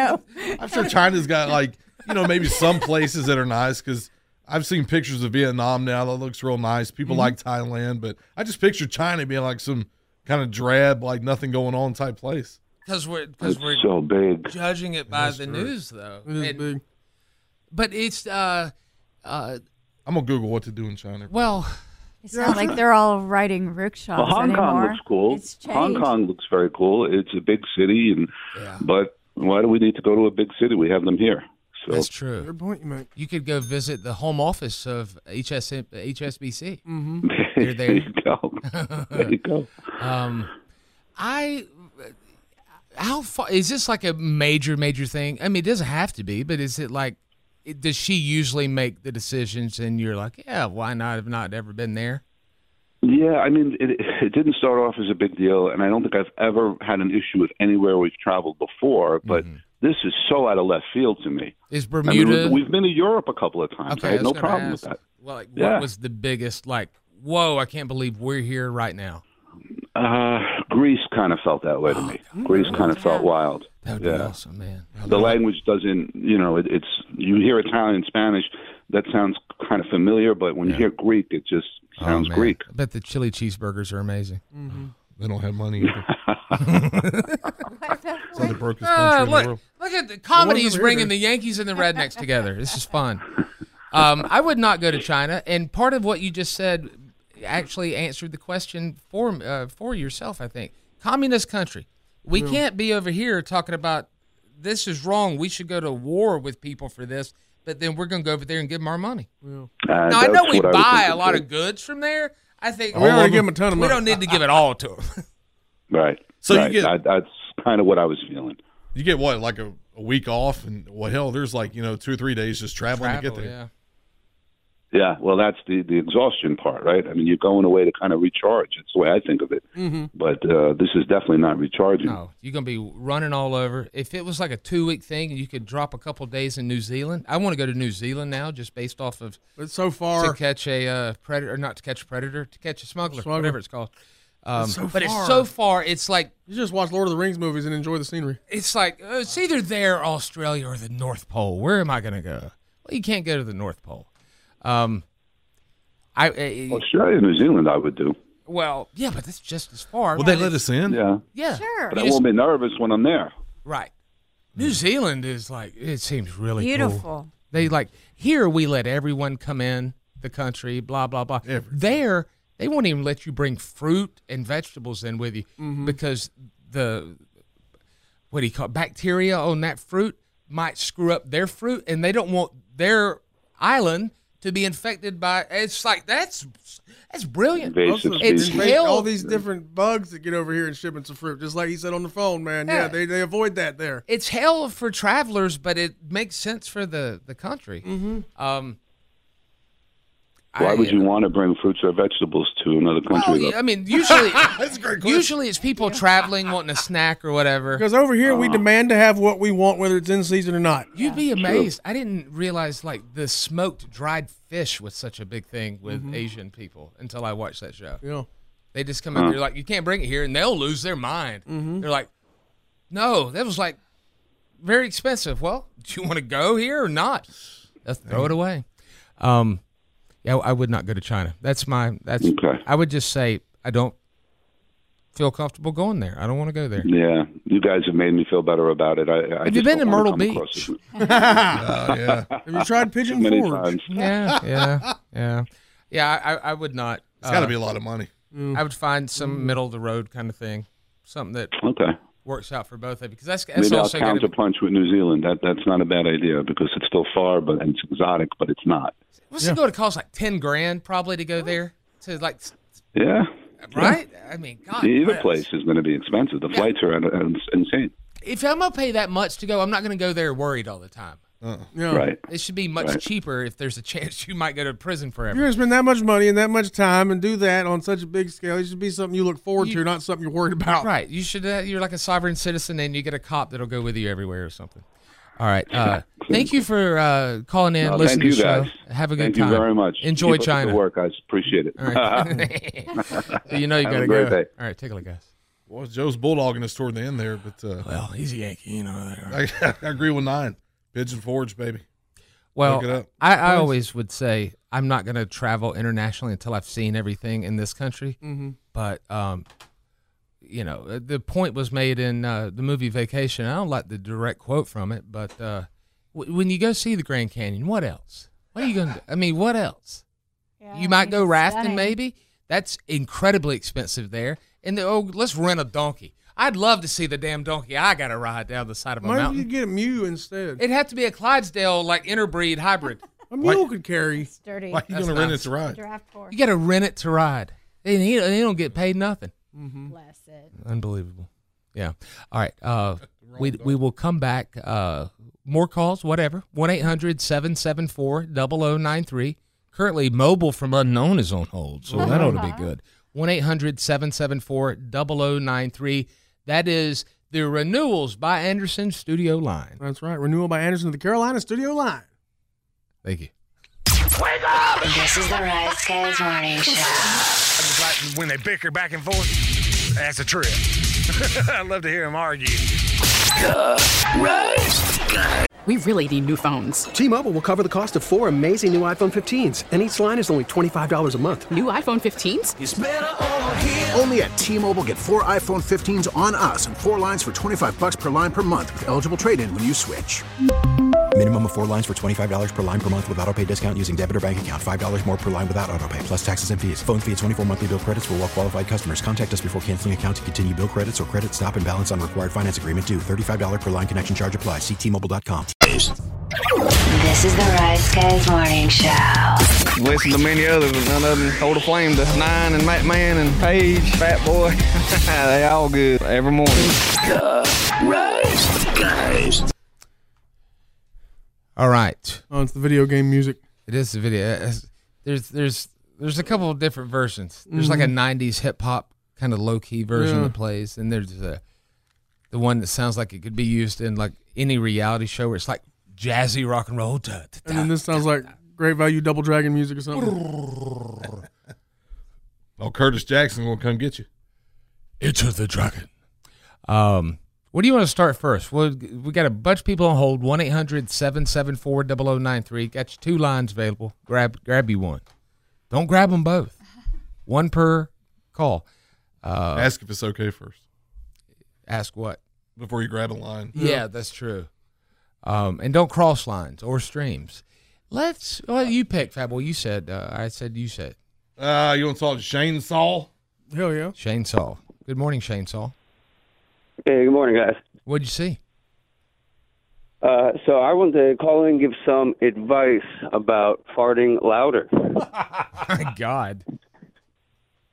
[SPEAKER 6] I'm sure China's got like you know maybe some places that are nice because I've seen pictures of Vietnam now that looks real nice. People
[SPEAKER 5] Mhm.
[SPEAKER 6] like Thailand, but I just picture China being like some kind of drab, like nothing going on type place.
[SPEAKER 5] because we're because
[SPEAKER 6] It's
[SPEAKER 5] we're
[SPEAKER 6] so big.
[SPEAKER 5] judging it by the news though. And- But it's uh, uh,
[SPEAKER 6] I'm gonna Google what to do in China.
[SPEAKER 5] Well,
[SPEAKER 8] It's not like they're all riding rickshaws
[SPEAKER 15] Well, Hong
[SPEAKER 8] anymore.
[SPEAKER 15] Kong looks cool.
[SPEAKER 8] It's
[SPEAKER 15] Hong
[SPEAKER 8] changed.
[SPEAKER 15] Kong looks very cool. It's a big city, and but why do we need to go to a big city? We have them here. So
[SPEAKER 5] that's true. You could go visit the home office of HS, HSBC. Mm-hmm. You're there.
[SPEAKER 15] There you go. There you go.
[SPEAKER 5] Um, I how far is this like a major major thing? I mean, it doesn't have to be, but is it like? it- Does she usually make the decisions, and you're like, yeah, why not? I've not ever been there.
[SPEAKER 15] Yeah, I mean, it, it didn't start off as a big deal, and I don't think I've ever had an issue with anywhere we've traveled before. But this is so out of left field to me.
[SPEAKER 5] Mm-hmm. Is
[SPEAKER 15] I mean,
[SPEAKER 5] Bermuda?
[SPEAKER 15] we've, we've been to Europe a couple of times.
[SPEAKER 5] Okay,
[SPEAKER 15] I had
[SPEAKER 5] was
[SPEAKER 15] no
[SPEAKER 5] gonna
[SPEAKER 15] problem with
[SPEAKER 5] ask,
[SPEAKER 15] that.
[SPEAKER 5] Well, like,
[SPEAKER 15] Yeah.
[SPEAKER 5] what was the biggest like? Whoa! I can't believe we're here right now.
[SPEAKER 15] Uh, Greece kind of felt that way to me. Greece kind of felt wild.
[SPEAKER 5] Oh, That would be
[SPEAKER 15] yeah.
[SPEAKER 5] awesome, man.
[SPEAKER 15] The language doesn't, you know, it, it's you hear Italian, Spanish, that sounds kind of familiar, but when you hear Greek, it just sounds
[SPEAKER 5] Oh, man.
[SPEAKER 15] Oh, Greek.
[SPEAKER 5] I bet the chili cheeseburgers are amazing.
[SPEAKER 6] They don't have money. Either. it's like the brokest country
[SPEAKER 5] Ah,
[SPEAKER 6] in the
[SPEAKER 5] look,
[SPEAKER 6] world.
[SPEAKER 5] look at the
[SPEAKER 6] Well,
[SPEAKER 5] comedy's
[SPEAKER 6] wasn't
[SPEAKER 5] bringing
[SPEAKER 6] either.
[SPEAKER 5] the Yankees and the Rednecks together. This is fun. Um, I would not go to China, and part of what you just said actually answered the question for uh, for yourself. I think communist country. We
[SPEAKER 16] Yeah.
[SPEAKER 5] can't be over here talking about this is wrong. We should go to war with people for this, but then we're going to go over there and give them our money.
[SPEAKER 15] Uh,
[SPEAKER 5] now I know
[SPEAKER 15] that's
[SPEAKER 5] we
[SPEAKER 15] what was
[SPEAKER 5] buy a
[SPEAKER 15] thinking,
[SPEAKER 5] lot
[SPEAKER 15] too.
[SPEAKER 5] of goods from there. I think
[SPEAKER 15] We already give 'em a ton of
[SPEAKER 5] We
[SPEAKER 15] money.
[SPEAKER 5] don't need to give it all to them.
[SPEAKER 15] Right.
[SPEAKER 6] So you
[SPEAKER 15] right.
[SPEAKER 6] get-
[SPEAKER 15] I, that's kind of what I was feeling.
[SPEAKER 6] You get what like a, a week off, and well, hell, there's like you know two or three days just traveling to get
[SPEAKER 5] Travel,
[SPEAKER 6] there.
[SPEAKER 5] yeah.
[SPEAKER 15] Yeah, well, that's the the exhaustion part, right? I mean, you're going away to kind of recharge. It's the way I think of it.
[SPEAKER 7] Mm-hmm.
[SPEAKER 5] Mhm.
[SPEAKER 15] But uh, this is definitely not recharging.
[SPEAKER 5] You're gonna be running all over. If it was like a two week thing and you could drop a couple days in New Zealand, I want to go to New Zealand now, just based off of
[SPEAKER 7] It's so far.
[SPEAKER 5] to catch a uh, predator, or not to catch a predator, to catch a smuggler,
[SPEAKER 7] Smuggler.
[SPEAKER 5] whatever it's called. Um,
[SPEAKER 7] It's so
[SPEAKER 5] but
[SPEAKER 7] far.
[SPEAKER 5] it's so far. It's like
[SPEAKER 7] you just watch Lord of the Rings movies and enjoy the scenery.
[SPEAKER 5] It's like uh, it's either there, Australia, or the North Pole. Where am I gonna go? Well, you can't go to the North Pole. Um, I, I
[SPEAKER 15] Australia, New Zealand, I would do.
[SPEAKER 5] well, yeah, but that's just as far.
[SPEAKER 6] Will they
[SPEAKER 5] right?
[SPEAKER 6] let us in?
[SPEAKER 15] Yeah.
[SPEAKER 5] Yeah, sure.
[SPEAKER 15] But I won't be nervous when I'm there.
[SPEAKER 5] Right. New Zealand is like it seems really cool.
[SPEAKER 8] Beautiful.
[SPEAKER 5] They like here we let everyone come in the country, blah blah blah. There They won't even let you bring fruit and vegetables in with you
[SPEAKER 7] Mm-hmm.
[SPEAKER 5] because the what do you call it, bacteria on that fruit might screw up their fruit, and they don't want their island to be infected by. It's like that's that's brilliant. It's hell.
[SPEAKER 7] all these different bugs that get over here and ship in some fruit, just like he said on the phone, man. Yeah,
[SPEAKER 5] Yeah.
[SPEAKER 7] they, they avoid that there.
[SPEAKER 5] It's hell for travelers, but it makes sense for the the country.
[SPEAKER 7] Mm-hmm.
[SPEAKER 5] Um,
[SPEAKER 15] Why would you want to bring fruits or vegetables to another country?
[SPEAKER 5] well,
[SPEAKER 15] though?
[SPEAKER 5] yeah, Oh, I mean, usually usually it's people traveling wanting a snack or whatever.
[SPEAKER 7] Because over here,
[SPEAKER 5] Uh,
[SPEAKER 7] we demand to have what we want, whether it's in season or not.
[SPEAKER 5] You'd be amazed. I didn't realize like the smoked dried fish was such a big thing with
[SPEAKER 7] Mhm.
[SPEAKER 5] Asian people until I watched that show.
[SPEAKER 7] Yeah.
[SPEAKER 5] They just come in
[SPEAKER 7] Huh.
[SPEAKER 5] here like you can't bring it here and they'll lose their mind. They're like, No, that was like very expensive. Well, do you want to go here or not? Let's throw it away. Um yeah, I would not go to China. That's my that's I would just say I don't feel comfortable going there. I don't want to go there.
[SPEAKER 15] Yeah, you guys have made me feel better about it. I, I
[SPEAKER 5] Have you
[SPEAKER 15] just
[SPEAKER 5] been
[SPEAKER 15] don't
[SPEAKER 5] to Myrtle
[SPEAKER 15] wanna come across
[SPEAKER 5] Beach?
[SPEAKER 15] it.
[SPEAKER 5] yeah.
[SPEAKER 15] Have you tried Pigeon Many Forge? times.
[SPEAKER 5] Yeah, yeah, yeah, yeah. I, I would not. uh,
[SPEAKER 6] It's gotta be a lot of money.
[SPEAKER 5] I would find some middle of the road kind of thing, something that
[SPEAKER 15] Mm. Okay.
[SPEAKER 5] works out for both of you because that's, that's
[SPEAKER 15] Maybe I'll
[SPEAKER 5] also going
[SPEAKER 15] counter
[SPEAKER 5] to.
[SPEAKER 15] punch with New Zealand. That that's not a bad idea because it's still far, but and it's exotic, but it's not.
[SPEAKER 5] What's it going to cost? Like ten grand probably to go there to like s-
[SPEAKER 15] Yeah,
[SPEAKER 5] right. I mean, God.
[SPEAKER 15] either
[SPEAKER 5] I-
[SPEAKER 15] place is going to be expensive. The flights are uh, uh, insane.
[SPEAKER 5] If I'm gonna pay that much to go, I'm not gonna go there worried all the time.
[SPEAKER 7] Yeah.
[SPEAKER 15] Right.
[SPEAKER 5] It should be much
[SPEAKER 7] Right.
[SPEAKER 5] cheaper if there's a chance you might go to prison
[SPEAKER 7] If
[SPEAKER 5] forever.
[SPEAKER 7] you're going to spend that much money and that much time and do that on such a big scale, it should be something you look forward
[SPEAKER 5] You-
[SPEAKER 7] to, not something you're worried about.
[SPEAKER 5] Right. You should. Uh, you're like a sovereign citizen, and you get a cop that'll go with you everywhere or something. All right. Uh, thank you for uh, calling in,
[SPEAKER 15] No,
[SPEAKER 5] listening
[SPEAKER 15] thank you
[SPEAKER 5] to the
[SPEAKER 15] guys.
[SPEAKER 5] show. Have a good
[SPEAKER 15] thank
[SPEAKER 5] time.
[SPEAKER 15] you very much.
[SPEAKER 5] Enjoy
[SPEAKER 15] Keep up the
[SPEAKER 5] China.
[SPEAKER 15] good work, guys. Appreciate it.
[SPEAKER 5] All right. So you know you
[SPEAKER 6] Uh-huh. Have a
[SPEAKER 5] gotta
[SPEAKER 6] great
[SPEAKER 5] go.
[SPEAKER 6] day.
[SPEAKER 5] All right, take a look, guys.
[SPEAKER 6] Well, Joe's bulldogging us toward the end there, but uh,
[SPEAKER 5] well, he's a Yankee, you know.
[SPEAKER 6] I, I agree with nine. Pigeon Forge, baby. Look it
[SPEAKER 5] Well,
[SPEAKER 6] up.
[SPEAKER 5] I, I
[SPEAKER 6] Nice.
[SPEAKER 5] always would say I'm not going to travel internationally until I've seen everything in this country.
[SPEAKER 6] Mhm.
[SPEAKER 5] But um, you know, uh, the point was made in uh, the movie Vacation. I don't like the direct quote from it, but uh, w- when you go see the Grand Canyon, what else? What are you going to? do? I mean, what else? you might go rafting,
[SPEAKER 16] stunning.
[SPEAKER 5] maybe. That's incredibly expensive there. And the, oh, let's rent a donkey. I'd love to see the damn donkey I got to ride down the side of a
[SPEAKER 7] Why don't
[SPEAKER 5] mountain.
[SPEAKER 7] you get a Mew instead?
[SPEAKER 5] It'd have to be a Clydesdale like interbreed hybrid.
[SPEAKER 7] a mule could carry. It's
[SPEAKER 8] dirty.
[SPEAKER 6] Why are you
[SPEAKER 5] That's
[SPEAKER 6] going to rent it
[SPEAKER 5] nice.
[SPEAKER 6] to ride?
[SPEAKER 5] You got to rent it to ride. And he, they don't get paid nothing.
[SPEAKER 8] Bless it.
[SPEAKER 5] Unbelievable. Yeah. All right. Uh, we, we will come back. Uh, more calls, whatever. 1 800 774 0093. Currently, mobile from unknown is on hold, so that ought to be good. 1 800 774 0093. That is the renewals by Anderson Studio Line.
[SPEAKER 7] That's right. Renewal by Anderson of the Carolina Studio Line.
[SPEAKER 5] Thank you.
[SPEAKER 4] This is the Rise Guys Morning Show.
[SPEAKER 17] I just like when they bicker back and forth. That's a trip. I love to hear them argue.
[SPEAKER 18] We really need new phones. T-Mobile will cover the cost of four amazing new iPhone 15s, and each line is only $25 a month.
[SPEAKER 19] New iPhone 15s?
[SPEAKER 20] Only at T-Mobile get four iPhone 15s on us and four lines for 25 bucks per line per month with eligible trade-in when you switch.
[SPEAKER 21] Minimum of four lines for $25 per line per month with auto pay discount using debit or bank account. $5 more per line without auto pay, plus taxes and fees. Phone fee at 24 monthly bill credits for all qualified customers. Contact us before canceling account to continue bill credits or credit stop and balance on required finance agreement due. $35 per line connection charge applies. Ctmobile.com.
[SPEAKER 4] This is the Rise Guys Morning Show.
[SPEAKER 22] Listen to many others, but none of them hold a flame to Nine and Matt Man and Paige, Fat Boy. they all good every morning. Rise, guys.
[SPEAKER 5] All right.
[SPEAKER 7] Oh, it's the video game music.
[SPEAKER 5] It is the video. Uh, it's- There's there's there's a couple of different versions. There's like a
[SPEAKER 7] Mhm.
[SPEAKER 5] '90s hip hop kind of low key version
[SPEAKER 7] Yeah.
[SPEAKER 5] that plays, and there's a, the one that sounds like it could be used in like any reality show where it's like jazzy rock and roll. Da, da,
[SPEAKER 7] And then this sounds like Great Value Double Dragon music or something.
[SPEAKER 6] Oh, Curtis Jackson going to come get you.
[SPEAKER 5] Enter the dragon. Um, what do you want to start first? Well, we got a bunch of people on hold. One 774 0093 Got you two lines available. Grab grab you one. Don't grab them both. One per call. Uh,
[SPEAKER 6] ask if it's okay first.
[SPEAKER 5] Ask what?
[SPEAKER 6] Before you grab a line.
[SPEAKER 5] Yeah, that's true. Um, and don't cross lines or streams. Let's. Well, you pick, Fabio. You said. Uh, I said. You said.
[SPEAKER 6] Uh, you want to talk to Shane Saul?
[SPEAKER 7] Hell yeah.
[SPEAKER 5] Shane Saul. Good morning, Shane Saul.
[SPEAKER 23] Hey, good morning, guys.
[SPEAKER 5] What'd you see?
[SPEAKER 23] Uh, so I wanted to call in and give some advice about farting louder.
[SPEAKER 5] My God.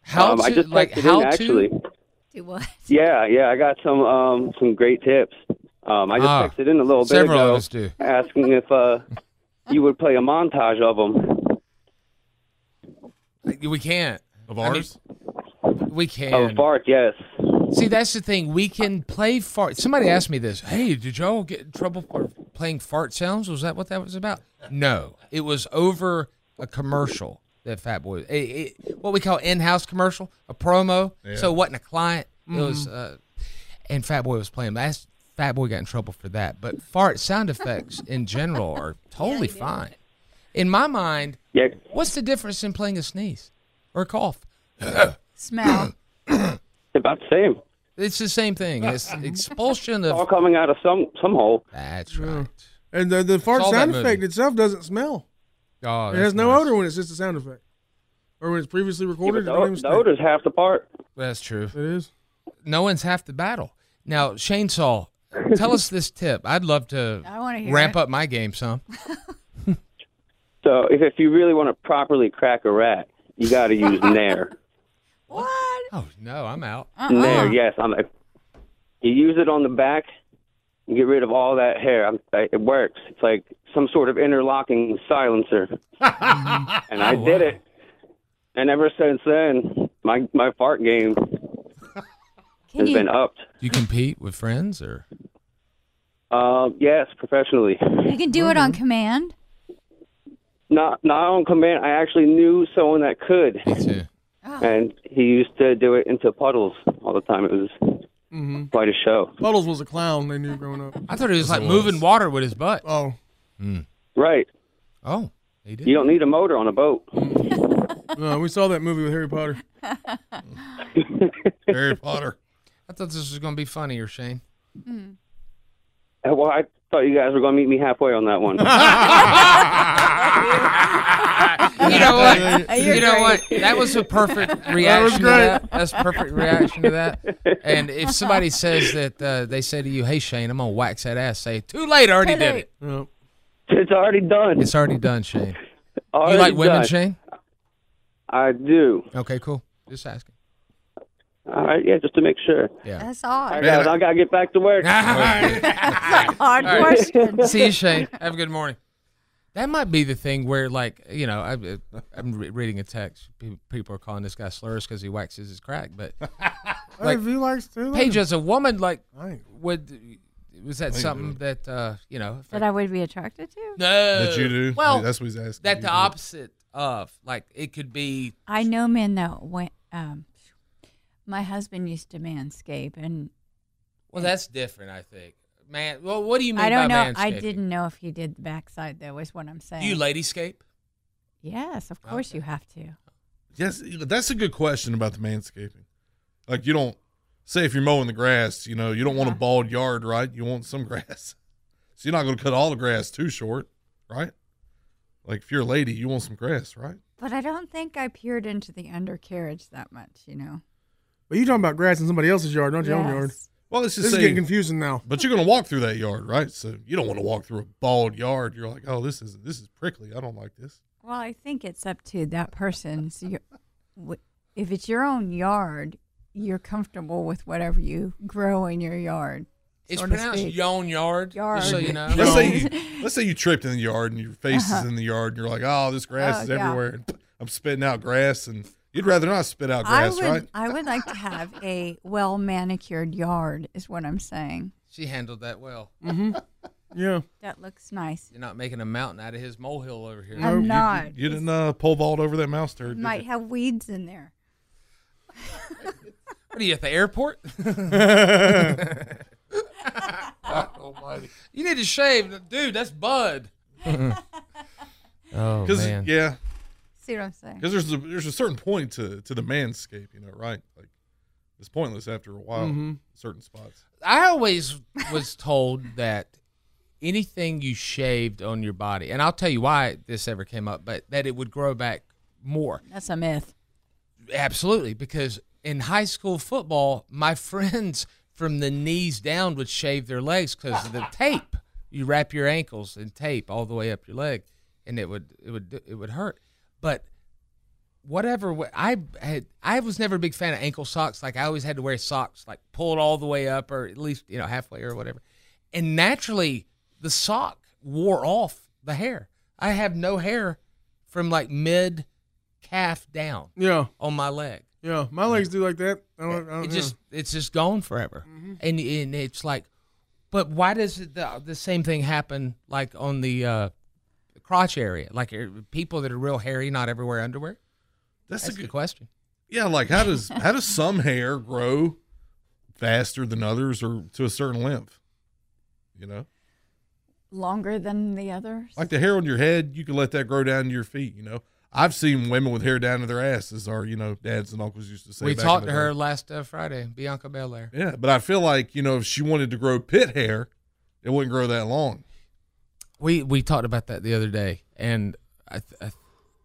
[SPEAKER 5] How
[SPEAKER 23] Um,
[SPEAKER 5] to
[SPEAKER 23] I just
[SPEAKER 5] like
[SPEAKER 23] texted in,
[SPEAKER 5] how
[SPEAKER 23] actually.
[SPEAKER 5] to
[SPEAKER 8] Do what?
[SPEAKER 23] Yeah, yeah, I got some um, some great tips. Um, I just
[SPEAKER 5] Ah,
[SPEAKER 23] texted in a little bit
[SPEAKER 5] several
[SPEAKER 23] ago
[SPEAKER 5] of us do.
[SPEAKER 23] asking if uh, you would play a montage of them.
[SPEAKER 5] Uh, we can't of
[SPEAKER 23] ours?
[SPEAKER 5] we can
[SPEAKER 23] Of fart, yes.
[SPEAKER 5] See, that's the thing. We can play fart. Somebody asked me this. Hey, did y'all get in trouble for playing fart sounds? Was that what that was about? No, it was over a commercial that Fat Boy, a, a- what we call in-house commercial, a promo.
[SPEAKER 9] Yeah.
[SPEAKER 5] So it wasn't a client. It was,
[SPEAKER 9] Mhm.
[SPEAKER 5] uh, and Fat Boy was playing. That's Fat Boy got in trouble for that. But fart sound effects in general are totally fine. In my mind, what's the difference in playing a sneeze or a cough?
[SPEAKER 8] Smell.
[SPEAKER 23] About the same.
[SPEAKER 5] It's the same thing. It's expulsion of
[SPEAKER 23] all coming out of some some hole.
[SPEAKER 5] That's right.
[SPEAKER 7] And the, the fart
[SPEAKER 5] all that
[SPEAKER 7] sound
[SPEAKER 5] movie.
[SPEAKER 7] effect itself doesn't smell.
[SPEAKER 5] Oh,
[SPEAKER 7] it
[SPEAKER 5] that's
[SPEAKER 7] has no odor when it's just a sound effect. Or when it's previously recorded,
[SPEAKER 23] the
[SPEAKER 7] it don't
[SPEAKER 23] o-
[SPEAKER 7] even
[SPEAKER 23] the
[SPEAKER 7] stink.
[SPEAKER 23] odor's half the part.
[SPEAKER 5] That's true. It
[SPEAKER 7] is.
[SPEAKER 5] No one's half the battle. Now, Shane Saul, tell us this tip. I'd love to
[SPEAKER 23] I wanna hear
[SPEAKER 5] ramp
[SPEAKER 23] it.
[SPEAKER 5] up my game some.
[SPEAKER 23] So if, if you really want to properly crack a rat, you got to use Nair.
[SPEAKER 5] No, I'm out. Uh-uh.
[SPEAKER 23] Nair, yes. I'm. You use it on the back. You get rid of all that hair. I'm, I, it works. It's like some sort of interlocking silencer. and I
[SPEAKER 5] Ah,
[SPEAKER 23] did it. And ever since then, my my fart game has
[SPEAKER 5] you-
[SPEAKER 23] been upped.
[SPEAKER 5] Do you compete with friends or?
[SPEAKER 23] Um, yes, professionally.
[SPEAKER 5] oh.
[SPEAKER 8] You can do it on command.
[SPEAKER 23] Not not on command. I actually knew someone that could. Ah. And he used to do it into puddles all the time. It was
[SPEAKER 5] Mm-hmm.
[SPEAKER 7] Mhm.
[SPEAKER 23] quite a show.
[SPEAKER 7] Puddles was a clown they knew growing up.
[SPEAKER 5] I thought he was like moving water with his butt.
[SPEAKER 7] Oh.
[SPEAKER 23] Right.
[SPEAKER 5] Oh.
[SPEAKER 23] You don't need a motor on a boat.
[SPEAKER 7] No, we saw that movie with Harry Potter.
[SPEAKER 6] Harry Potter.
[SPEAKER 5] I thought this was going to be funnier, Shane.
[SPEAKER 23] Well, I thought you guys were going to meet me halfway on that one.
[SPEAKER 5] You know what?
[SPEAKER 23] You're
[SPEAKER 5] you know what?
[SPEAKER 23] great.
[SPEAKER 5] That was a perfect
[SPEAKER 23] That was
[SPEAKER 5] reaction.
[SPEAKER 23] great.
[SPEAKER 5] To that. That's a perfect reaction to that. And if somebody says that uh, they say to you, "Hey Shane, I'm gonna wax that ass," say, "Too late. I already
[SPEAKER 23] Too
[SPEAKER 5] did
[SPEAKER 23] late.
[SPEAKER 5] it.
[SPEAKER 23] It's already done.
[SPEAKER 5] It's already done, Shane.
[SPEAKER 23] Already
[SPEAKER 5] you like women,
[SPEAKER 23] done.
[SPEAKER 5] Shane?
[SPEAKER 23] I do.
[SPEAKER 5] Okay, cool. Just asking.
[SPEAKER 23] All right, yeah, just to make sure.
[SPEAKER 5] Yeah.
[SPEAKER 8] That's
[SPEAKER 23] All
[SPEAKER 8] odd.
[SPEAKER 23] right, guys, I got to get back to work.
[SPEAKER 8] Odd
[SPEAKER 5] All right.
[SPEAKER 8] question.
[SPEAKER 5] See you, Shane. Have a good morning. That might be the thing where, like, you know, I, I'm re- reading a text. Pe- People are calling this guy slurs because he waxes his crack. But like,
[SPEAKER 7] if he likes to, let
[SPEAKER 5] Paige,
[SPEAKER 7] him.
[SPEAKER 5] as a woman, like,
[SPEAKER 7] I ain't-
[SPEAKER 5] would was
[SPEAKER 7] I
[SPEAKER 5] that
[SPEAKER 7] ain't
[SPEAKER 5] something that uh, you know? if I-
[SPEAKER 8] That I would be attracted to?
[SPEAKER 5] no,
[SPEAKER 6] That you do?
[SPEAKER 5] Well,
[SPEAKER 6] That's what he's asking
[SPEAKER 5] That
[SPEAKER 6] you
[SPEAKER 5] the
[SPEAKER 6] to do.
[SPEAKER 5] opposite of like it could be.
[SPEAKER 8] I know men that went. Um, my husband used to manscape, and
[SPEAKER 5] Well, that's different. I think. Man, well, what do you mean?
[SPEAKER 8] I
[SPEAKER 5] by
[SPEAKER 8] don't know. I
[SPEAKER 5] manscaping?
[SPEAKER 8] didn't know if you did the backside though. Is what I'm saying.
[SPEAKER 5] Do you ladyscape?
[SPEAKER 8] Yes, of course you have to.
[SPEAKER 6] Yes, that's a good question about the manscaping. Like you don't say if you're mowing the grass, you know, you don't want a bald yard, right? You want some grass. So you're not going to cut all the grass too short, right? Like if you're a lady, you want some grass, right?
[SPEAKER 8] But I don't think I peered into the undercarriage that much. You know.
[SPEAKER 7] But you talking about grass in somebody else's yard, not your own
[SPEAKER 8] Yes.
[SPEAKER 7] yard.
[SPEAKER 6] Well, let's just
[SPEAKER 7] this
[SPEAKER 6] say
[SPEAKER 7] is getting confusing now.
[SPEAKER 6] But you're going to walk through that yard, right? So you don't want to walk through a bald yard. You're like, "Oh, this is this is prickly. I don't like this."
[SPEAKER 8] Well, I think it's up to that person's. your- wh- If it's your own yard, you're comfortable with whatever you grow in your yard.
[SPEAKER 5] It's
[SPEAKER 8] so to
[SPEAKER 5] pronounced
[SPEAKER 8] speak.
[SPEAKER 5] yawn yard.
[SPEAKER 8] Yard.
[SPEAKER 5] Just so you know.
[SPEAKER 6] Let's say you, let's say you tripped in the yard and your face is in the yard and you're like, "Oh, this grass
[SPEAKER 8] Uh-huh. Oh,
[SPEAKER 6] is
[SPEAKER 8] yeah.
[SPEAKER 6] everywhere. And I'm spitting out grass and you'd rather not spit out grass,
[SPEAKER 8] I would,
[SPEAKER 6] right?
[SPEAKER 8] I would like to have a well manicured yard, is what I'm saying.
[SPEAKER 5] She handled that well.
[SPEAKER 7] Mm-hmm. Yeah.
[SPEAKER 8] That looks nice.
[SPEAKER 5] You're not making a mountain out of his molehill over here.
[SPEAKER 8] I'm Nope. not.
[SPEAKER 6] You didn't uh, pole vault over that mouse turd. did you?
[SPEAKER 8] Might have weeds in there.
[SPEAKER 5] What are you at the airport?
[SPEAKER 6] God almighty.
[SPEAKER 5] Oh, You need to shave, dude. That's Bud.
[SPEAKER 6] Oh
[SPEAKER 5] man.
[SPEAKER 6] yeah,
[SPEAKER 8] See what I'm saying?
[SPEAKER 6] because there's a, there's a certain point to to the manscape, you know, right? Like it's pointless after a while.
[SPEAKER 5] Mhm.
[SPEAKER 6] Certain spots.
[SPEAKER 5] I always was told that anything you shaved on your body, and I'll tell you why this ever came up, but that it would grow back more.
[SPEAKER 8] That's a myth.
[SPEAKER 5] Absolutely, because in high school football, my friends from the knees down would shave their legs because of the tape. You wrap your ankles in tape all the way up your leg, and it would it would it would hurt. But whatever wa- I had, I was never a big fan of ankle socks. Like I always had to wear socks like pulled all the way up, or at least you know halfway or whatever. And naturally, the sock wore off the hair. I have no hair from like mid calf down.
[SPEAKER 7] Yeah.
[SPEAKER 5] on my leg.
[SPEAKER 7] Yeah, my legs do like that. I don't, I don't Mm-hmm.
[SPEAKER 5] It
[SPEAKER 7] know.
[SPEAKER 5] just it's just gone forever. And and it's like, but why does it, the the same thing happen like on the uh, crotch area? Like are people that are real hairy not ever wear underwear.
[SPEAKER 6] That's,
[SPEAKER 5] a good question.
[SPEAKER 6] Yeah, like how does how does some hair grow faster than others or to a certain length? You know,
[SPEAKER 8] Longer than the others.
[SPEAKER 6] like the hair on your head, you can let that grow down to your feet. You know, I've seen women with hair down to their asses, or you know, dads and uncles used to say.
[SPEAKER 5] we
[SPEAKER 6] back in
[SPEAKER 5] talked
[SPEAKER 6] the
[SPEAKER 5] to
[SPEAKER 6] day.
[SPEAKER 5] her last uh, Friday, Bianca Belair.
[SPEAKER 6] Yeah, but I feel like you know, if she wanted to grow pit hair, it wouldn't grow that long.
[SPEAKER 5] We we talked about that the other day, and I th-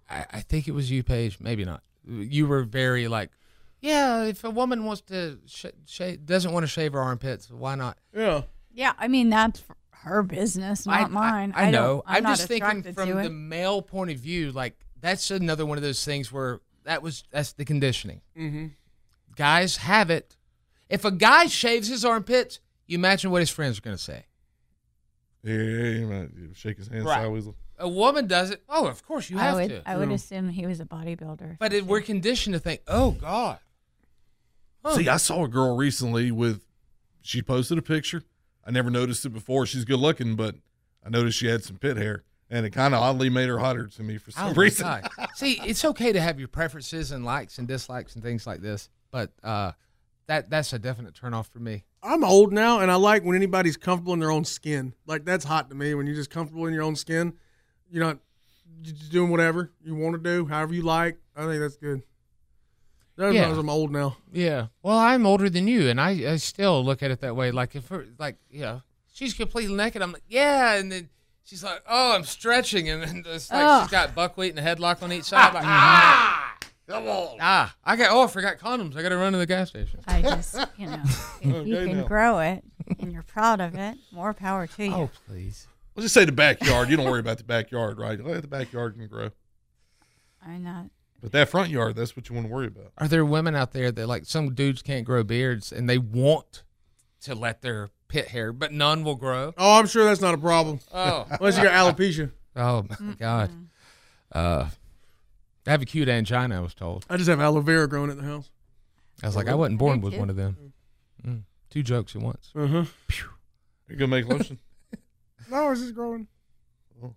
[SPEAKER 5] I, I think it was you, Paige. Maybe not. You were very like, yeah. If a woman wants to sh- shave, doesn't want to shave her armpits, why not?
[SPEAKER 7] Yeah.
[SPEAKER 8] Yeah, I mean that's her business, not mine.
[SPEAKER 5] I,
[SPEAKER 8] don't-
[SPEAKER 5] know.
[SPEAKER 8] I'm,
[SPEAKER 5] I'm,
[SPEAKER 8] not
[SPEAKER 5] just thinking
[SPEAKER 8] attracted
[SPEAKER 5] from
[SPEAKER 8] to it.
[SPEAKER 5] the male point of view. Like that's another one of those things where that was that's the conditioning.
[SPEAKER 7] Mm-hmm.
[SPEAKER 5] Guys have it. If a guy shaves his armpits, you imagine what his friends are going to say.
[SPEAKER 6] Yeah, you might shake his hand
[SPEAKER 5] Right.
[SPEAKER 6] sideways.
[SPEAKER 5] A woman does it. Oh, of course you
[SPEAKER 8] I
[SPEAKER 5] have
[SPEAKER 8] would,
[SPEAKER 5] to.
[SPEAKER 8] I would assume he was a bodybuilder.
[SPEAKER 5] But it, we're conditioned to think, oh God. Huh.
[SPEAKER 6] See, I saw a girl recently with she posted a picture. I never noticed it before. She's good looking, but I noticed she had some pit hair, and it kind of oddly made her hotter to me for
[SPEAKER 5] Oh,
[SPEAKER 6] some
[SPEAKER 5] my
[SPEAKER 6] reason.
[SPEAKER 5] God. See, it's okay to have your preferences and likes and dislikes and things like this, but uh, that that's a definite turnoff for me.
[SPEAKER 7] I'm old now, and I like when anybody's comfortable in their own skin. Like that's hot to me. When you're just comfortable in your own skin, you're not you're just doing whatever you want to do, however you like. I think that's good. That's
[SPEAKER 5] Yeah.
[SPEAKER 7] because I'm old now.
[SPEAKER 5] Yeah. Well, I'm older than you, and I, I still look at it that way. Like if her, like yeah, she's completely naked. I'm like yeah, and then she's like oh I'm stretching, and then it's like
[SPEAKER 1] Ugh.
[SPEAKER 5] she's got buckwheat and a headlock on each side. like ah, come on. Ah, I got oh I forgot condoms. I got to run to the gas station.
[SPEAKER 8] I just, you know, if you
[SPEAKER 5] Okay,
[SPEAKER 8] can
[SPEAKER 5] now.
[SPEAKER 8] grow it and you're proud of it, more power to you.
[SPEAKER 5] Oh. please.
[SPEAKER 6] Let's just say the backyard. You don't worry about the backyard, right? Let the backyard can grow,
[SPEAKER 8] I'm not.
[SPEAKER 6] but that front yard—that's what you want to worry about.
[SPEAKER 5] Are there women out there that like some dudes can't grow beards and they want to let their pit hair, but none will grow?
[SPEAKER 7] Oh, I'm sure that's not a problem.
[SPEAKER 5] Oh.
[SPEAKER 7] unless you got alopecia.
[SPEAKER 5] Oh my god. Uh, I have a cute angina. I was told.
[SPEAKER 7] I just have aloe vera growing at the house.
[SPEAKER 5] I was like, I wasn't born with one of them. Mm. Two jokes at once.
[SPEAKER 7] Uh-huh.
[SPEAKER 6] You gonna make lotion?
[SPEAKER 7] No, it's just growing.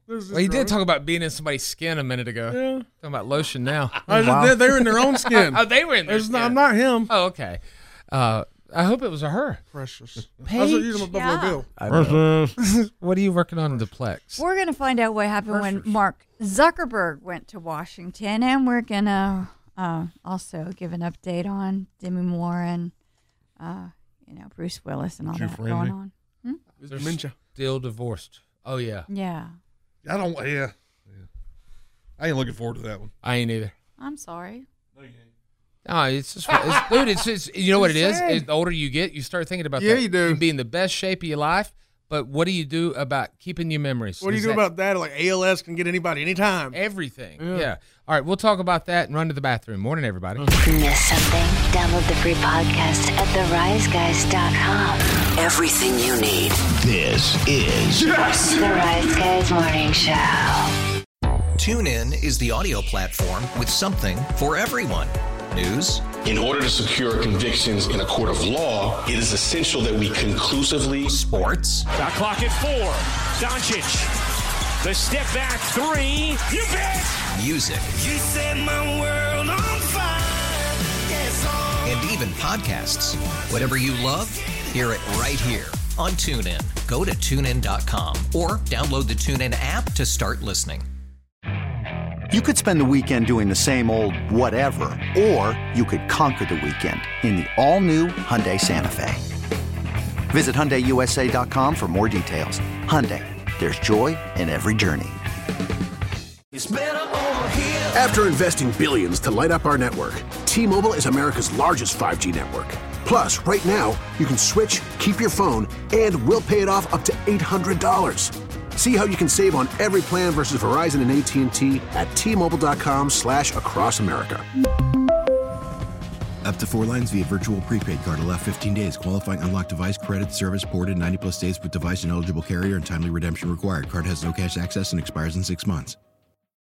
[SPEAKER 7] This is
[SPEAKER 5] well, you
[SPEAKER 7] growing.
[SPEAKER 5] did talk about being in somebody's skin a minute ago.
[SPEAKER 7] Yeah.
[SPEAKER 5] Talking about lotion now.
[SPEAKER 7] I was- they- they were in their own skin.
[SPEAKER 5] oh, they were in their
[SPEAKER 7] It's
[SPEAKER 5] skin.
[SPEAKER 7] not- I'm not him.
[SPEAKER 5] Oh, okay. Uh, I hope it was a her.
[SPEAKER 7] Precious.
[SPEAKER 5] Paige?
[SPEAKER 7] That's what you use 'em at Buffalo
[SPEAKER 8] Yeah.
[SPEAKER 7] Bill.
[SPEAKER 5] I know. what are you working on in the Plex?
[SPEAKER 8] We're going to find out what happened when Mark Zuckerberg went to Washington, and we're going to uh, also give an update on Demi Moore and, uh, you know, Bruce Willis and all
[SPEAKER 6] Did you
[SPEAKER 8] that
[SPEAKER 6] frame
[SPEAKER 8] going
[SPEAKER 6] me?
[SPEAKER 8] on. Hmm?
[SPEAKER 5] They're
[SPEAKER 7] dementia.
[SPEAKER 5] Hmm? Still divorced. Oh yeah.
[SPEAKER 8] Yeah.
[SPEAKER 6] I don't. Yeah, yeah. I ain't looking forward to that one.
[SPEAKER 5] I ain't either.
[SPEAKER 8] I'm sorry.
[SPEAKER 5] No, it's just, it's, dude. It's just you know what it is.
[SPEAKER 8] Sad.
[SPEAKER 5] Is the older you get, you start thinking about
[SPEAKER 7] Yeah,
[SPEAKER 5] that.
[SPEAKER 7] you do.
[SPEAKER 5] Being the best shape of your life, but what do you do about keeping your memories?
[SPEAKER 7] What do you
[SPEAKER 5] Is
[SPEAKER 7] do
[SPEAKER 5] that-
[SPEAKER 7] about that? Like ALS can get anybody anytime.
[SPEAKER 5] Everything. Yeah. All right, we'll talk about that and run to the bathroom. Morning, everybody.
[SPEAKER 4] Miss something? Download the free podcast at theriseguys.com. Everything you need.
[SPEAKER 3] This is
[SPEAKER 4] The Rise Guys Morning Show.
[SPEAKER 2] TuneIn is the audio platform with something for everyone. News,
[SPEAKER 13] In order to secure convictions in a court of law, it is essential that we conclusively
[SPEAKER 2] sports,
[SPEAKER 14] The clock at four. Doncic. The step back three. You bet.
[SPEAKER 2] music,
[SPEAKER 1] You set my world on fire. Yes, oh.
[SPEAKER 2] and even podcasts. Whatever you love, hear it right here on TuneIn. Go to tunein.com or download the TuneIn app to start listening.
[SPEAKER 24] You could spend the weekend doing the same old whatever, or you could conquer the weekend in the all-new Hyundai Santa Fe. Visit HyundaiUSA.com for more details. Hyundai, there's joy in every journey.
[SPEAKER 1] It's better over here.
[SPEAKER 20] After investing billions to light up our network, T-Mobile is America's largest 5G network. Plus, right now, you can switch, keep your phone, and we'll pay it off up to $800. See how you can save on every plan versus Verizon and AT&T at T-Mobile.com slash across America.
[SPEAKER 21] Up to four lines via virtual prepaid card. Allow 15 days. Qualifying unlocked device credit service ported 90 plus days with device and eligible carrier and timely redemption required. Card has no cash access and expires in six months.